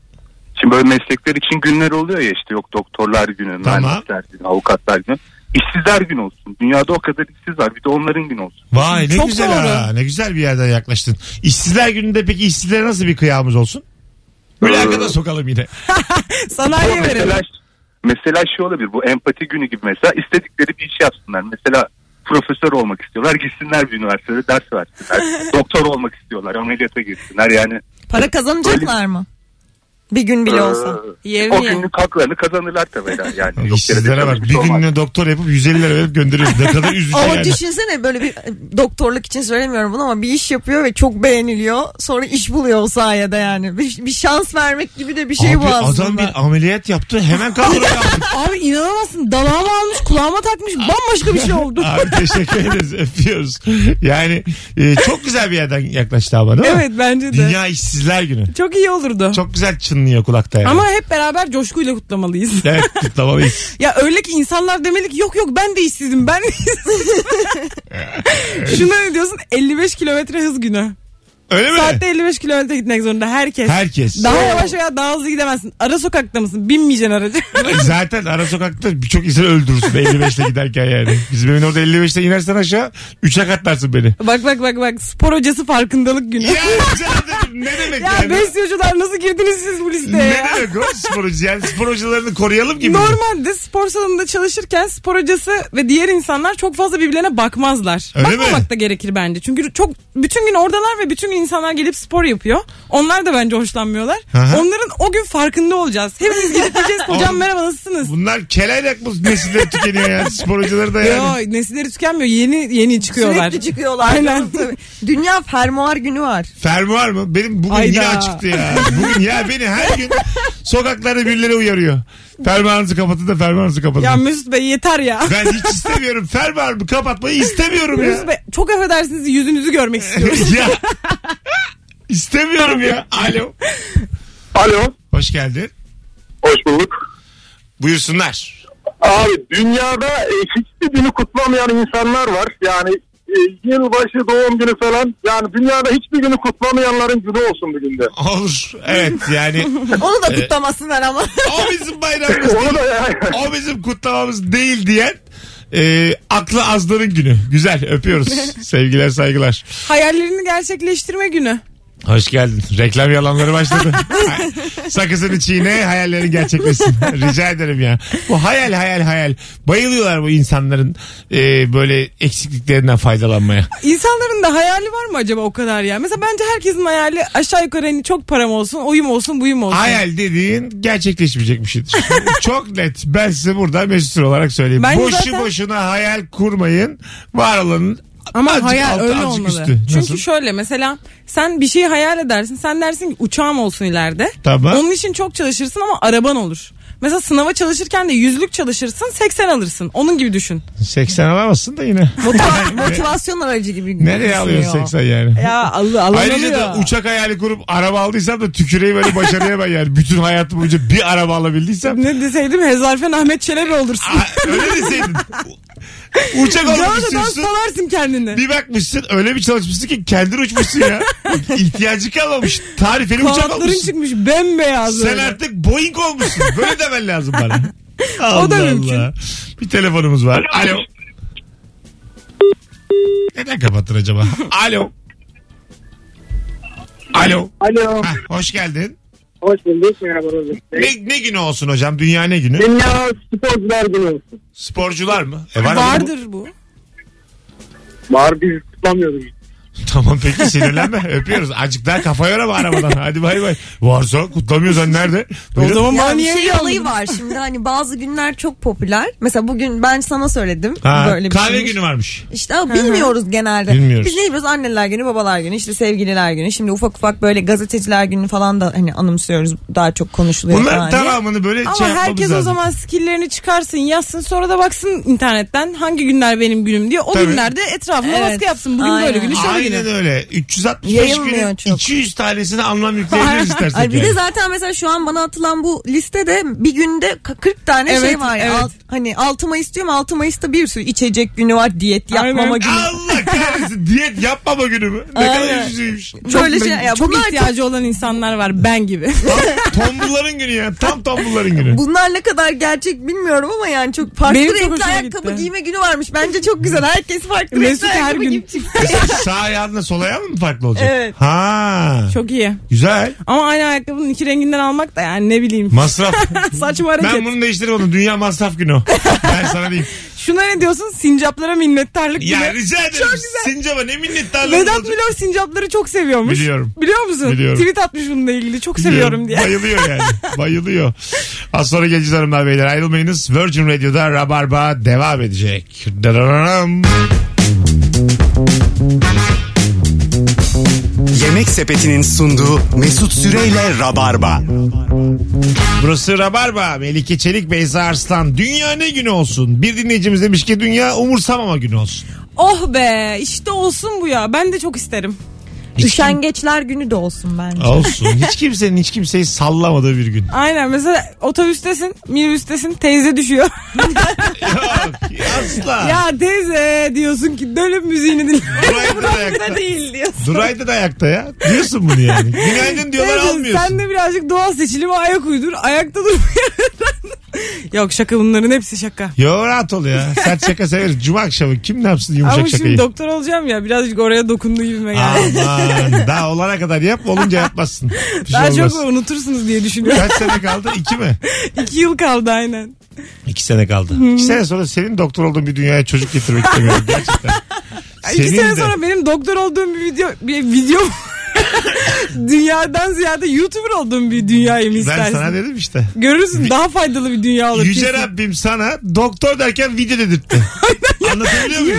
S8: Şimdi böyle meslekler için günler oluyor ya işte yok doktorlar günü,
S2: Tamam.
S8: mühendisler günü, avukatlar günü. İşsizler günü olsun. Dünyada o kadar işsiz var. Bir de onların günü olsun.
S2: Vay ne
S3: Çok
S2: güzel
S3: doğru.
S2: ha. Ne güzel bir yerden yaklaştın. İşsizler gününde peki işsizlere nasıl bir kıyamız olsun? Mülakata
S8: Ee,
S2: sokalım yine.
S3: Sanayiye verelim.
S8: Mesela, mesela şey olabilir bu empati günü gibi mesela istedikleri bir iş yapsınlar. Mesela profesör olmak istiyorlar gitsinler bir üniversitede ders versinler. Doktor olmak istiyorlar ameliyata girsinler yani.
S4: Para kazanacaklar mı? Bir gün bile olsa.
S8: e,
S3: Yerini
S8: o
S3: yer.
S8: günlük haklarını kazanırlar tabii yani. yani. Yok yere de
S2: İşsizlere bak.
S8: çalışmış şey
S2: Bir şey
S8: olmaz.
S2: günlüğüne doktor yapıp 150 lira verip gönderiyoruz. Ne kadar üzücü
S4: Ama
S2: yani.
S4: düşünsene böyle bir e, doktorluk için söylemiyorum bunu ama bir iş yapıyor ve çok beğeniliyor. Sonra iş buluyor o sayede yani. Bir, bir şans vermek gibi de bir şey bu
S2: Abi,
S4: aslında.
S2: adam bir ameliyat yaptı hemen kadroya aldık.
S3: Abi inanamazsın. Dalağıma almış kulağıma takmış. Bambaşka bir şey oldu.
S2: Abi teşekkür ederiz. Öpüyoruz. Yani e, çok güzel bir yerden yaklaştı ama değil mi?
S3: evet bence de.
S2: Dünya İşsizler Günü.
S3: Çok iyi olurdu.
S2: Çok güzel çınlıyor kulakta yani.
S3: Ama hep beraber coşkuyla kutlamalıyız.
S2: Evet kutlamalıyız.
S3: Ya öyle ki insanlar demeli ki yok yok ben de işsizim ben de işsizim. Şuna ne diyorsun 55 kilometre hız günü.
S2: Öyle mi?
S3: Saatte 55 kilometre gitmek zorunda herkes.
S2: Herkes.
S3: Daha yavaş veya daha hızlı gidemezsin. Ara sokakta mısın? Binmeyeceksin araca.
S2: Zaten ara sokakta birçok insan öldürürsün 55'te giderken yani. Bizim evin orada 55'te inersen aşağı 3'e katlarsın beni.
S3: bak bak bak bak spor hocası farkındalık günü.
S2: Ya
S3: Ya,
S2: canım, ne demek yani?
S3: besyocular nasıl girdiniz siz bu listeye
S2: Ne
S3: ya?
S2: demek o spor hocası? Yani spor hocalarını koruyalım gibi. mi?
S3: Normalde spor salonunda çalışırken spor hocası ve diğer insanlar çok fazla birbirlerine bakmazlar.
S2: Öyle
S3: Bakmamak
S2: mi?
S3: da gerekir bence. Çünkü çok bütün gün oradalar ve bütün gün insanlar gelip spor yapıyor. Onlar da bence hoşlanmıyorlar.
S2: Aha.
S3: Onların o gün farkında olacağız. Hepimiz gidip diyeceğiz hocam merhaba nasılsınız?
S2: Bunlar kelayrak mı nesilleri tükeniyor yani spor hocaları da yani.
S3: Yo, nesilleri tükenmiyor. Yeni yeni çıkıyorlar.
S4: Sürekli çıkıyorlar.
S3: Aynen.
S4: Tabii. Dünya fermuar günü var.
S2: Fermuar mı? Benim bugün
S3: Ayda.
S2: niye açıktı ya? Bugün ya beni her gün sokaklarda birileri uyarıyor. Fermuarınızı kapatın da fermuarınızı kapatın.
S3: ya Mesut Bey yeter ya.
S2: Ben hiç istemiyorum. Fermuarımı kapatmayı istemiyorum
S3: Mesut
S2: ya.
S3: Bey çok affedersiniz yüzünüzü görmek istiyorum.
S2: ya. İstemiyorum ya. Alo.
S5: Alo.
S2: Hoş geldin.
S5: Hoş bulduk.
S2: Buyursunlar.
S5: Abi dünyada e, hiçbir günü kutlamayan insanlar var. Yani e, yılbaşı, doğum günü falan. Yani dünyada hiçbir günü kutlamayanların günü olsun bugün de.
S2: Olur. Evet yani
S4: Onu da kutlamasınlar ama.
S2: o bizim bayramımız
S5: Onu
S2: değil.
S5: da yani.
S2: O bizim kutlamamız değil diyen e, aklı azların günü. Güzel öpüyoruz. Sevgiler saygılar.
S3: Hayallerini gerçekleştirme günü.
S2: Hoş geldin. Reklam yalanları başladı. Hay- Sakızını çiğne hayallerin gerçekleşsin. Rica ederim ya. Bu hayal hayal hayal. Bayılıyorlar bu insanların e, böyle eksikliklerinden faydalanmaya.
S3: İnsanların da hayali var mı acaba o kadar ya? Mesela bence herkesin hayali aşağı yukarı hani çok param olsun, oyum olsun, buyum olsun.
S2: Hayal dediğin gerçekleşmeyecek bir şeydir. Çok net. Ben size burada Mesut Süre olarak söyleyeyim.
S3: Bence
S2: Boşu
S3: zaten-
S2: boşuna hayal kurmayın. Var olanın
S3: Ama
S2: azıcık
S3: hayal
S2: altı,
S3: öyle
S2: azıcık
S3: olmalı.
S2: üstü.
S3: Çünkü
S2: Nasıl?
S3: şöyle mesela sen bir şeyi hayal edersin. Sen dersin ki uçağım olsun ileride.
S2: Tamam.
S3: Onun için çok çalışırsın ama araban olur. Mesela sınava çalışırken de yüzlük çalışırsın 80 alırsın. Onun gibi düşün.
S2: 80 alamazsın da yine.
S4: Motiva- motivasyon aracı gibi.
S2: Nereye alıyorsun 80 yani?
S3: Ya Allah Allah
S2: Ayrıca da uçak hayali kurup araba aldıysam da tüküreyim öyle başarıya ben yani. Bütün hayatım boyunca bir araba alabildiysem.
S3: Ne deseydim Hezarfen Ahmet Çelebi olursun.
S2: Aa, öyle deseydin. U- Uçak
S3: Canlıdan
S2: alabilmişsin.
S3: salarsın kendini.
S2: Bir bakmışsın öyle bir çalışmışsın ki kendin uçmuşsun ya. İhtiyacı kalmamış. Tarifeli uçak
S3: Kanatların
S2: almışsın.
S3: çıkmış bembeyaz.
S2: Sen
S3: böyle.
S2: artık Boeing olmuşsun. Böyle demen lazım bana. Allah
S3: O da mümkün.
S2: Allah. Bir telefonumuz var. Alo. Neden kapattın acaba? Alo. Alo.
S5: Alo.
S2: Hah, hoş geldin.
S5: Hoş bulduk. Merhaba Rozum.
S2: Ne, ne günü olsun hocam? Dünya ne günü?
S5: Dünya sporcular günü olsun.
S2: Sporcular mı? E, var ama-
S3: Vardır bu.
S5: Var biz kutlamıyoruz.
S2: Tamam peki sinirlenme. Öpüyoruz. Azıcık daha kafa yorama arabadan. Hadi bay bay. Varsa kutlamıyorsan nerede? Buyurun.
S3: O zaman bana
S4: Yani
S3: niye
S4: şey
S3: geldin?
S4: olayı var şimdi hani bazı günler çok popüler. Mesela bugün ben sana söyledim
S2: Ha,
S4: böyle bir
S2: kahve
S4: şey.
S2: günü varmış.
S4: İşte ama bilmiyoruz genelde.
S2: Bilmiyoruz.
S4: Biz ne biliyoruz? Anneler günü, babalar günü, işte sevgililer günü. Şimdi ufak ufak böyle gazeteciler günü falan da hani anımsıyoruz. Daha çok konuşuluyor
S2: Bunların
S4: falan diye.
S2: tamamını böyle
S3: Ama
S2: şey yapmamız
S3: herkes o
S2: lazım.
S3: zaman skillerini çıkarsın yazsın sonra da baksın internetten hangi günler benim günüm diye. O
S2: Tabii.
S3: günlerde etrafına
S4: Evet.
S3: baskı yapsın. Bugün
S4: Aynen.
S3: böyle günü şöyle
S2: Aynen
S3: günü.
S2: öyle. 365
S4: Yayılmıyor
S2: günün
S4: çok.
S2: 200 tanesini anlam yükleyebiliriz istersen.
S4: Ay bir de
S2: yani.
S4: zaten mesela şu an bana atılan bu listede bir günde k- 40 tane
S3: Evet,
S4: şey var. ya.
S3: evet.
S4: Alt- hani 6 Mayıs diyorum 6 Mayıs'ta bir sürü içecek günü var, diyet yapmama
S3: Aynen.
S4: günü.
S2: Allah kahretsin diyet yapmama günü mü? Ne kadar
S4: Aynen.
S2: üzücüymüş.
S4: Böyle şey ya
S3: çok
S4: bunlar
S3: ihtiyacı olan insanlar var ben gibi.
S2: Tombulların günü ya. Tam tombulların günü.
S4: Bunlar ne kadar gerçek bilmiyorum ama yani çok farklı
S3: Benim çok
S4: renkli
S3: hoşuma
S4: ayakkabı
S3: gitti.
S4: giyme günü varmış. Bence çok güzel. Herkes farklı
S3: Mesut
S4: renkli
S3: her
S4: ayakkabı
S3: gün.
S4: giyip çıkıyor.
S2: E, Sağ ayağınla sol ayağın mı farklı olacak?
S4: Evet.
S2: Ha.
S3: çok iyi.
S2: Güzel.
S3: Ama aynı ayakkabının iki renginden almak da yani ne bileyim.
S2: Masraf.
S3: Saçma hareket.
S2: ben bunu değiştirmedim. Dünya masraf günü. o. Ben sana diyeyim.
S3: Şuna ne diyorsun? Sincaplara minnettarlık günü.
S2: Ya rica ederim.
S3: Çok güzel.
S2: Sincaba ne minnettarlığınız
S3: Vedat
S2: olacak.
S3: Milor sincapları çok seviyormuş.
S2: Biliyorum.
S3: Biliyor musun?
S2: Biliyorum.
S3: Tweet atmış bununla ilgili. Çok seviyorum diye.
S2: Bayılıyor yani. Bayılıyor. Az sonra geleceğiz hanımlar beyler. Ayrılmayınız. Virgin Radio'da Rabarba devam edecek. Dararam.
S1: Yemek Sepeti'nin sunduğu Mesut Süreyle Rabarba.
S2: Burası Rabarba. Melike Çelik, Beyza Arslan. Dünya ne günü olsun? Bir dinleyicimiz demiş ki dünya umursamama günü olsun.
S3: Oh be işte olsun bu ya. Ben de çok isterim.
S4: Üşengeçler günü de olsun bence.
S2: Olsun. Hiç kimsenin hiç kimseyi sallamadığı bir gün.
S3: Aynen mesela otobüstesin, minibüstesin teyze düşüyor.
S2: Yok. Asla.
S3: ya teyze diyorsun ki dönüp müziğini dinle.
S2: Duray'da da ayakta.
S3: Da değil diyorsun.
S2: Duray'da da ayakta ya. Diyorsun bunu yani. Günaydın diyorlar
S3: Teyze,
S2: almıyorsun.
S3: Sen de birazcık doğal seçilime ayak uydur. Ayakta durmuyor. Yok şaka bunların hepsi şaka.
S2: Yo rahat ol ya. Sert şaka severiz. Cuma akşamı kim ne yapsın yumuşak
S3: Ama şimdi
S2: şakayı?
S3: doktor olacağım ya birazcık oraya dokundu gibime geldi.
S2: Aman daha olana kadar yap olunca yapmazsın. Bir şey
S3: Daha
S2: olmaz.
S3: çok unutursunuz diye düşünüyorum.
S2: Kaç sene kaldı? İki mi?
S3: İki yıl kaldı aynen.
S2: İki sene kaldı.
S3: Hmm.
S2: İki sene sonra senin doktor olduğun bir dünyaya çocuk getirmek istemiyorum gerçekten.
S3: Ay, İki
S2: Senin
S3: sene
S2: de-
S3: sonra benim doktor olduğum bir video bir video dünyadan ziyade YouTuber olduğum bir dünyayı mı
S2: Ben
S3: istersin?
S2: sana dedim işte.
S3: Görürsün daha faydalı bir dünya olur.
S2: Yüce
S3: kesin.
S2: Rabbim sana doktor derken video dedirtti. Anlatabiliyor muyum?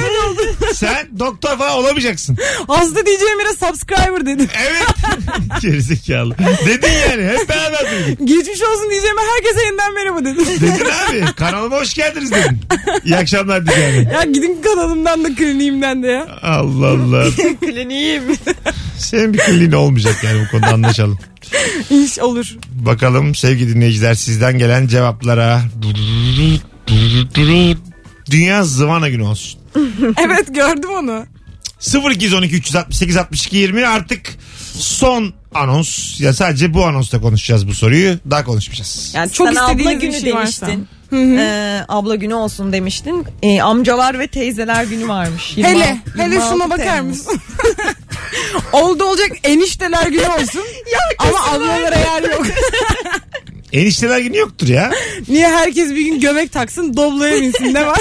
S2: Sen doktor falan olamayacaksın.
S3: Hasta diyeceğim yere subscriber dedim.
S2: Evet. Gerizekalı. Dedin yani. Hep beraber duyduk.
S3: Geçmiş olsun diyeceğime herkese yeniden merhaba dedim.
S2: Dedin abi. Kanalıma hoş geldiniz dedin. İyi akşamlar dedi yani.
S3: ya gidin kanalımdan da kliniğimden de ya.
S2: Allah Allah.
S3: Kliniğim.
S2: Senin bir kliniğin olmayacak yani bu konuda anlaşalım.
S3: İş olur.
S2: Bakalım sevgili dinleyiciler sizden gelen cevaplara. Dünya zıvana günü olsun.
S3: Evet gördüm onu.
S2: 0212 368 62 20 artık son anons. Ya sadece bu anonsta konuşacağız bu soruyu. Daha konuşmayacağız.
S4: Yani
S3: çok
S4: Sen abla
S3: istediğiniz bir
S4: günü
S3: şey varsa.
S4: demiştin. Ee, abla günü olsun demiştin. Ee, amcalar ve teyzeler günü varmış.
S3: Hele
S4: 26
S3: hele şuna
S4: 26
S3: bakar
S4: Temmuz.
S3: mısın? Oldu olacak enişteler günü olsun. ama ablalara yer yok.
S2: Enişteler günü yoktur ya.
S3: Niye herkes bir gün göbek taksın doblaya binsin ne var?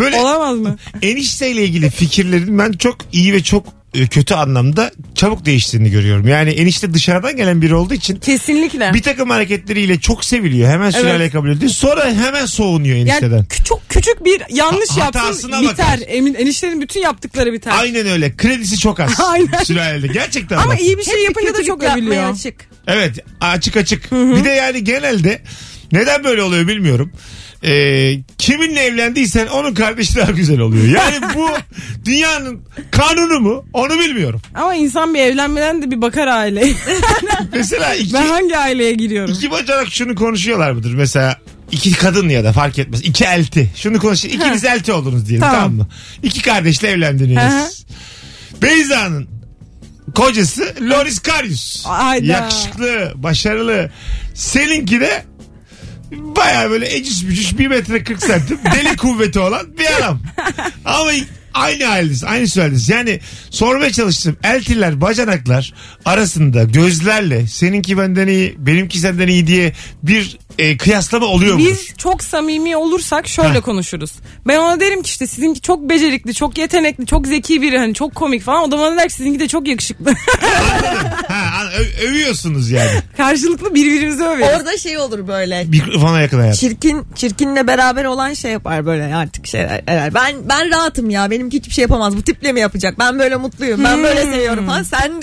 S2: Böyle
S3: Olamaz mı?
S2: enişteyle ilgili fikirlerin ben çok iyi ve çok e, kötü anlamda çabuk değiştiğini görüyorum. Yani enişte dışarıdan gelen biri olduğu için
S3: Kesinlikle.
S2: bir takım hareketleriyle çok seviliyor. Hemen sülaleye kabul ediliyor. Sonra hemen soğunuyor enişteden.
S3: Yani kü- çok küçük bir yanlış
S2: Ha-
S3: yapsın
S2: hatasına
S3: biter.
S2: bakar.
S3: Emin eniştenin bütün yaptıkları biter.
S2: Aynen öyle. Kredisi çok az.
S3: Aynen.
S2: Sülalede. Gerçekten
S3: Ama
S2: bak.
S3: iyi bir şey
S4: Hep
S3: yapınca da
S4: kötülük
S3: çok
S4: yapmaya
S3: övülüyor.
S4: açık.
S2: Evet açık açık. Bir de yani genelde neden böyle oluyor bilmiyorum. Ee, kiminle evlendiysen onun kardeşi daha güzel oluyor. Yani bu dünyanın kanunu mu onu bilmiyorum.
S3: Ama insan bir evlenmeden de bir bakar aileye.
S2: Mesela iki,
S3: ben hangi aileye giriyorum?
S2: iki bacanak şunu konuşuyorlar mıdır? Mesela iki kadın ya da fark etmez. İki elti. Şunu konuşuyor. İkiniz elti oldunuz diyelim tamam,
S3: Tamam.
S2: mı? İki kardeşle evlendiniz. Beyza'nın kocası Loris Karius.
S3: Hayda.
S2: Yakışıklı, başarılı. Seninki de baya böyle eciş bücüş 1 metre 40 santim deli kuvveti olan bir adam. Ama Aynı haliniz. Aynı haliniz. Yani sormaya çalıştım. Eltiler, bacanaklar arasında gözlerle seninki benden iyi, benimki senden iyi diye bir e, kıyaslama oluyor mu?
S3: Biz çok samimi olursak şöyle
S2: Heh.
S3: konuşuruz. Ben ona derim ki işte sizinki çok becerikli, çok yetenekli, çok zeki biri hani çok komik falan. O da bana der ki sizinki de çok yakışıklı.
S2: Ha, an- ö- övüyorsunuz yani.
S3: Karşılıklı birbirimizi överiz.
S4: Orada şey olur böyle.
S2: Mikrofona yakın hayat.
S4: Çirkin çirkinle beraber olan şey yapar böyle artık şeyler. herhalde. Ben ben rahatım ya. Benimki hiçbir şey yapamaz. Bu tiple mi yapacak? Ben böyle mutluyum. Ben böyle
S3: Hmm.
S4: seviyorum falan. Sen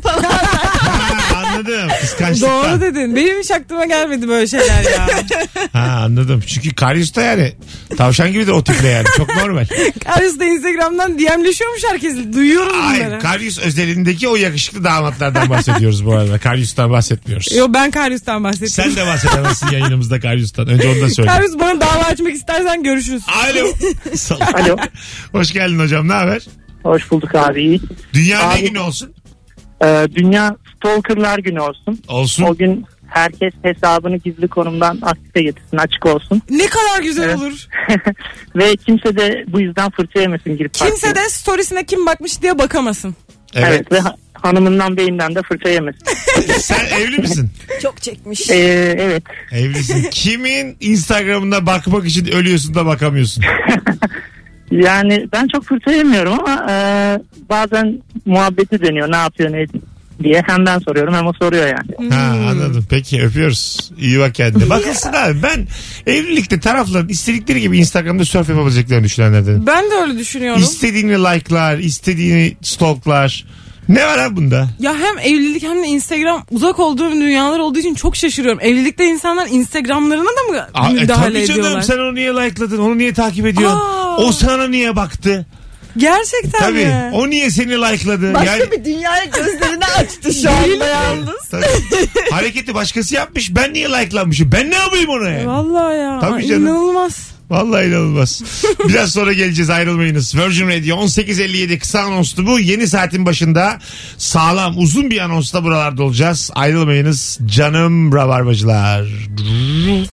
S4: falan.
S2: Ha, anladım. Kıskançlıktan.
S3: Doğru dedin. Benim hiç aklıma gelmedi böyle şeyler ya.
S2: Ha, anladım. Çünkü Karyus da yani tavşan gibidir o tiple yani. Çok normal.
S3: Karısı da Instagram'dan DM'leşiyormuş herkes. Duyuyorum
S2: Ay,
S3: bunları.
S2: Karyus özelindeki o yakışıklı damatlardan bahsediyoruz bu arada. Karyus'tan bahsetmiyoruz.
S3: Yo ben Karyus'tan bahsettim.
S2: Sen de bahsedemezsin yayınımızda Karyus'tan. Önce onu da söyle.
S3: Karyus bana dava açmak istersen görüşürüz.
S2: Alo. Salak.
S10: Alo.
S2: Hoş geldin hocam. Ne haber?
S10: Hoş bulduk abi. iyi.
S2: Dünya ne
S10: Abi-
S2: günü olsun?
S10: Ee, Dünya Stalkerlar Günü olsun. O
S2: Olsun.
S10: gün herkes hesabını gizli konumdan aktife getirsin, açık olsun.
S3: Ne kadar güzel
S10: Evet.
S3: olur.
S10: Ve kimse de bu yüzden fırça yemesin girip
S3: Kimse
S10: partiye.
S3: de storiesine kim bakmış diye bakamasın.
S2: Evet.
S10: Evet ve ha- hanımından beyinden de fırça yemesin.
S2: Sen evli misin?
S4: Çok
S3: E,
S4: çekmiş.
S10: Ee, evet.
S2: Evlisin. Kimin Instagram'ına bakmak için ölüyorsun da bakamıyorsun?
S10: Yani ben çok fırça yemiyorum ama e, bazen muhabbeti dönüyor ne yapıyor ne ediyor diye hem ben soruyorum hem o soruyor yani.
S2: Ha anladım. Peki öpüyoruz. İyi bak kendine. Bakılsın abi. Ben evlilikte tarafların istedikleri gibi Instagram'da surf yapabileceklerini düşünenlerdenim.
S3: Ben de öyle düşünüyorum.
S2: İstediğini like'lar, istediğini stalk'lar. Ne var abi bunda?
S3: Ya hem evlilik hem de Instagram uzak olduğum dünyalar olduğu için çok şaşırıyorum. Evlilikte insanlar Instagram'larına da mı
S2: Aa, e,
S3: müdahale
S2: tabii
S3: ediyorlar?
S2: canım sen onu niye like'ladın? Onu niye takip ediyorsun?
S3: Aa.
S2: O sana niye baktı?
S3: Gerçekten
S2: Tabii.
S3: mi?
S2: O niye seni like'ladı?
S4: Başka
S2: Yani-
S4: bir dünyaya gözlerini açtı şu anda yalnız.
S2: Tabii. Hareketi başkası yapmış. Ben niye like'lanmışım? Ben ne yapayım ona yani?
S3: Vallahi ya.
S2: Tabii
S3: Ay,
S2: canım.
S3: İnanılmaz.
S2: Vallahi inanılmaz. Biraz sonra geleceğiz ayrılmayınız. Virgin Radio 18.57 kısa anonstu bu. Yeni saatin başında sağlam uzun bir anonsla buralarda olacağız. Ayrılmayınız canım rabarbacılar.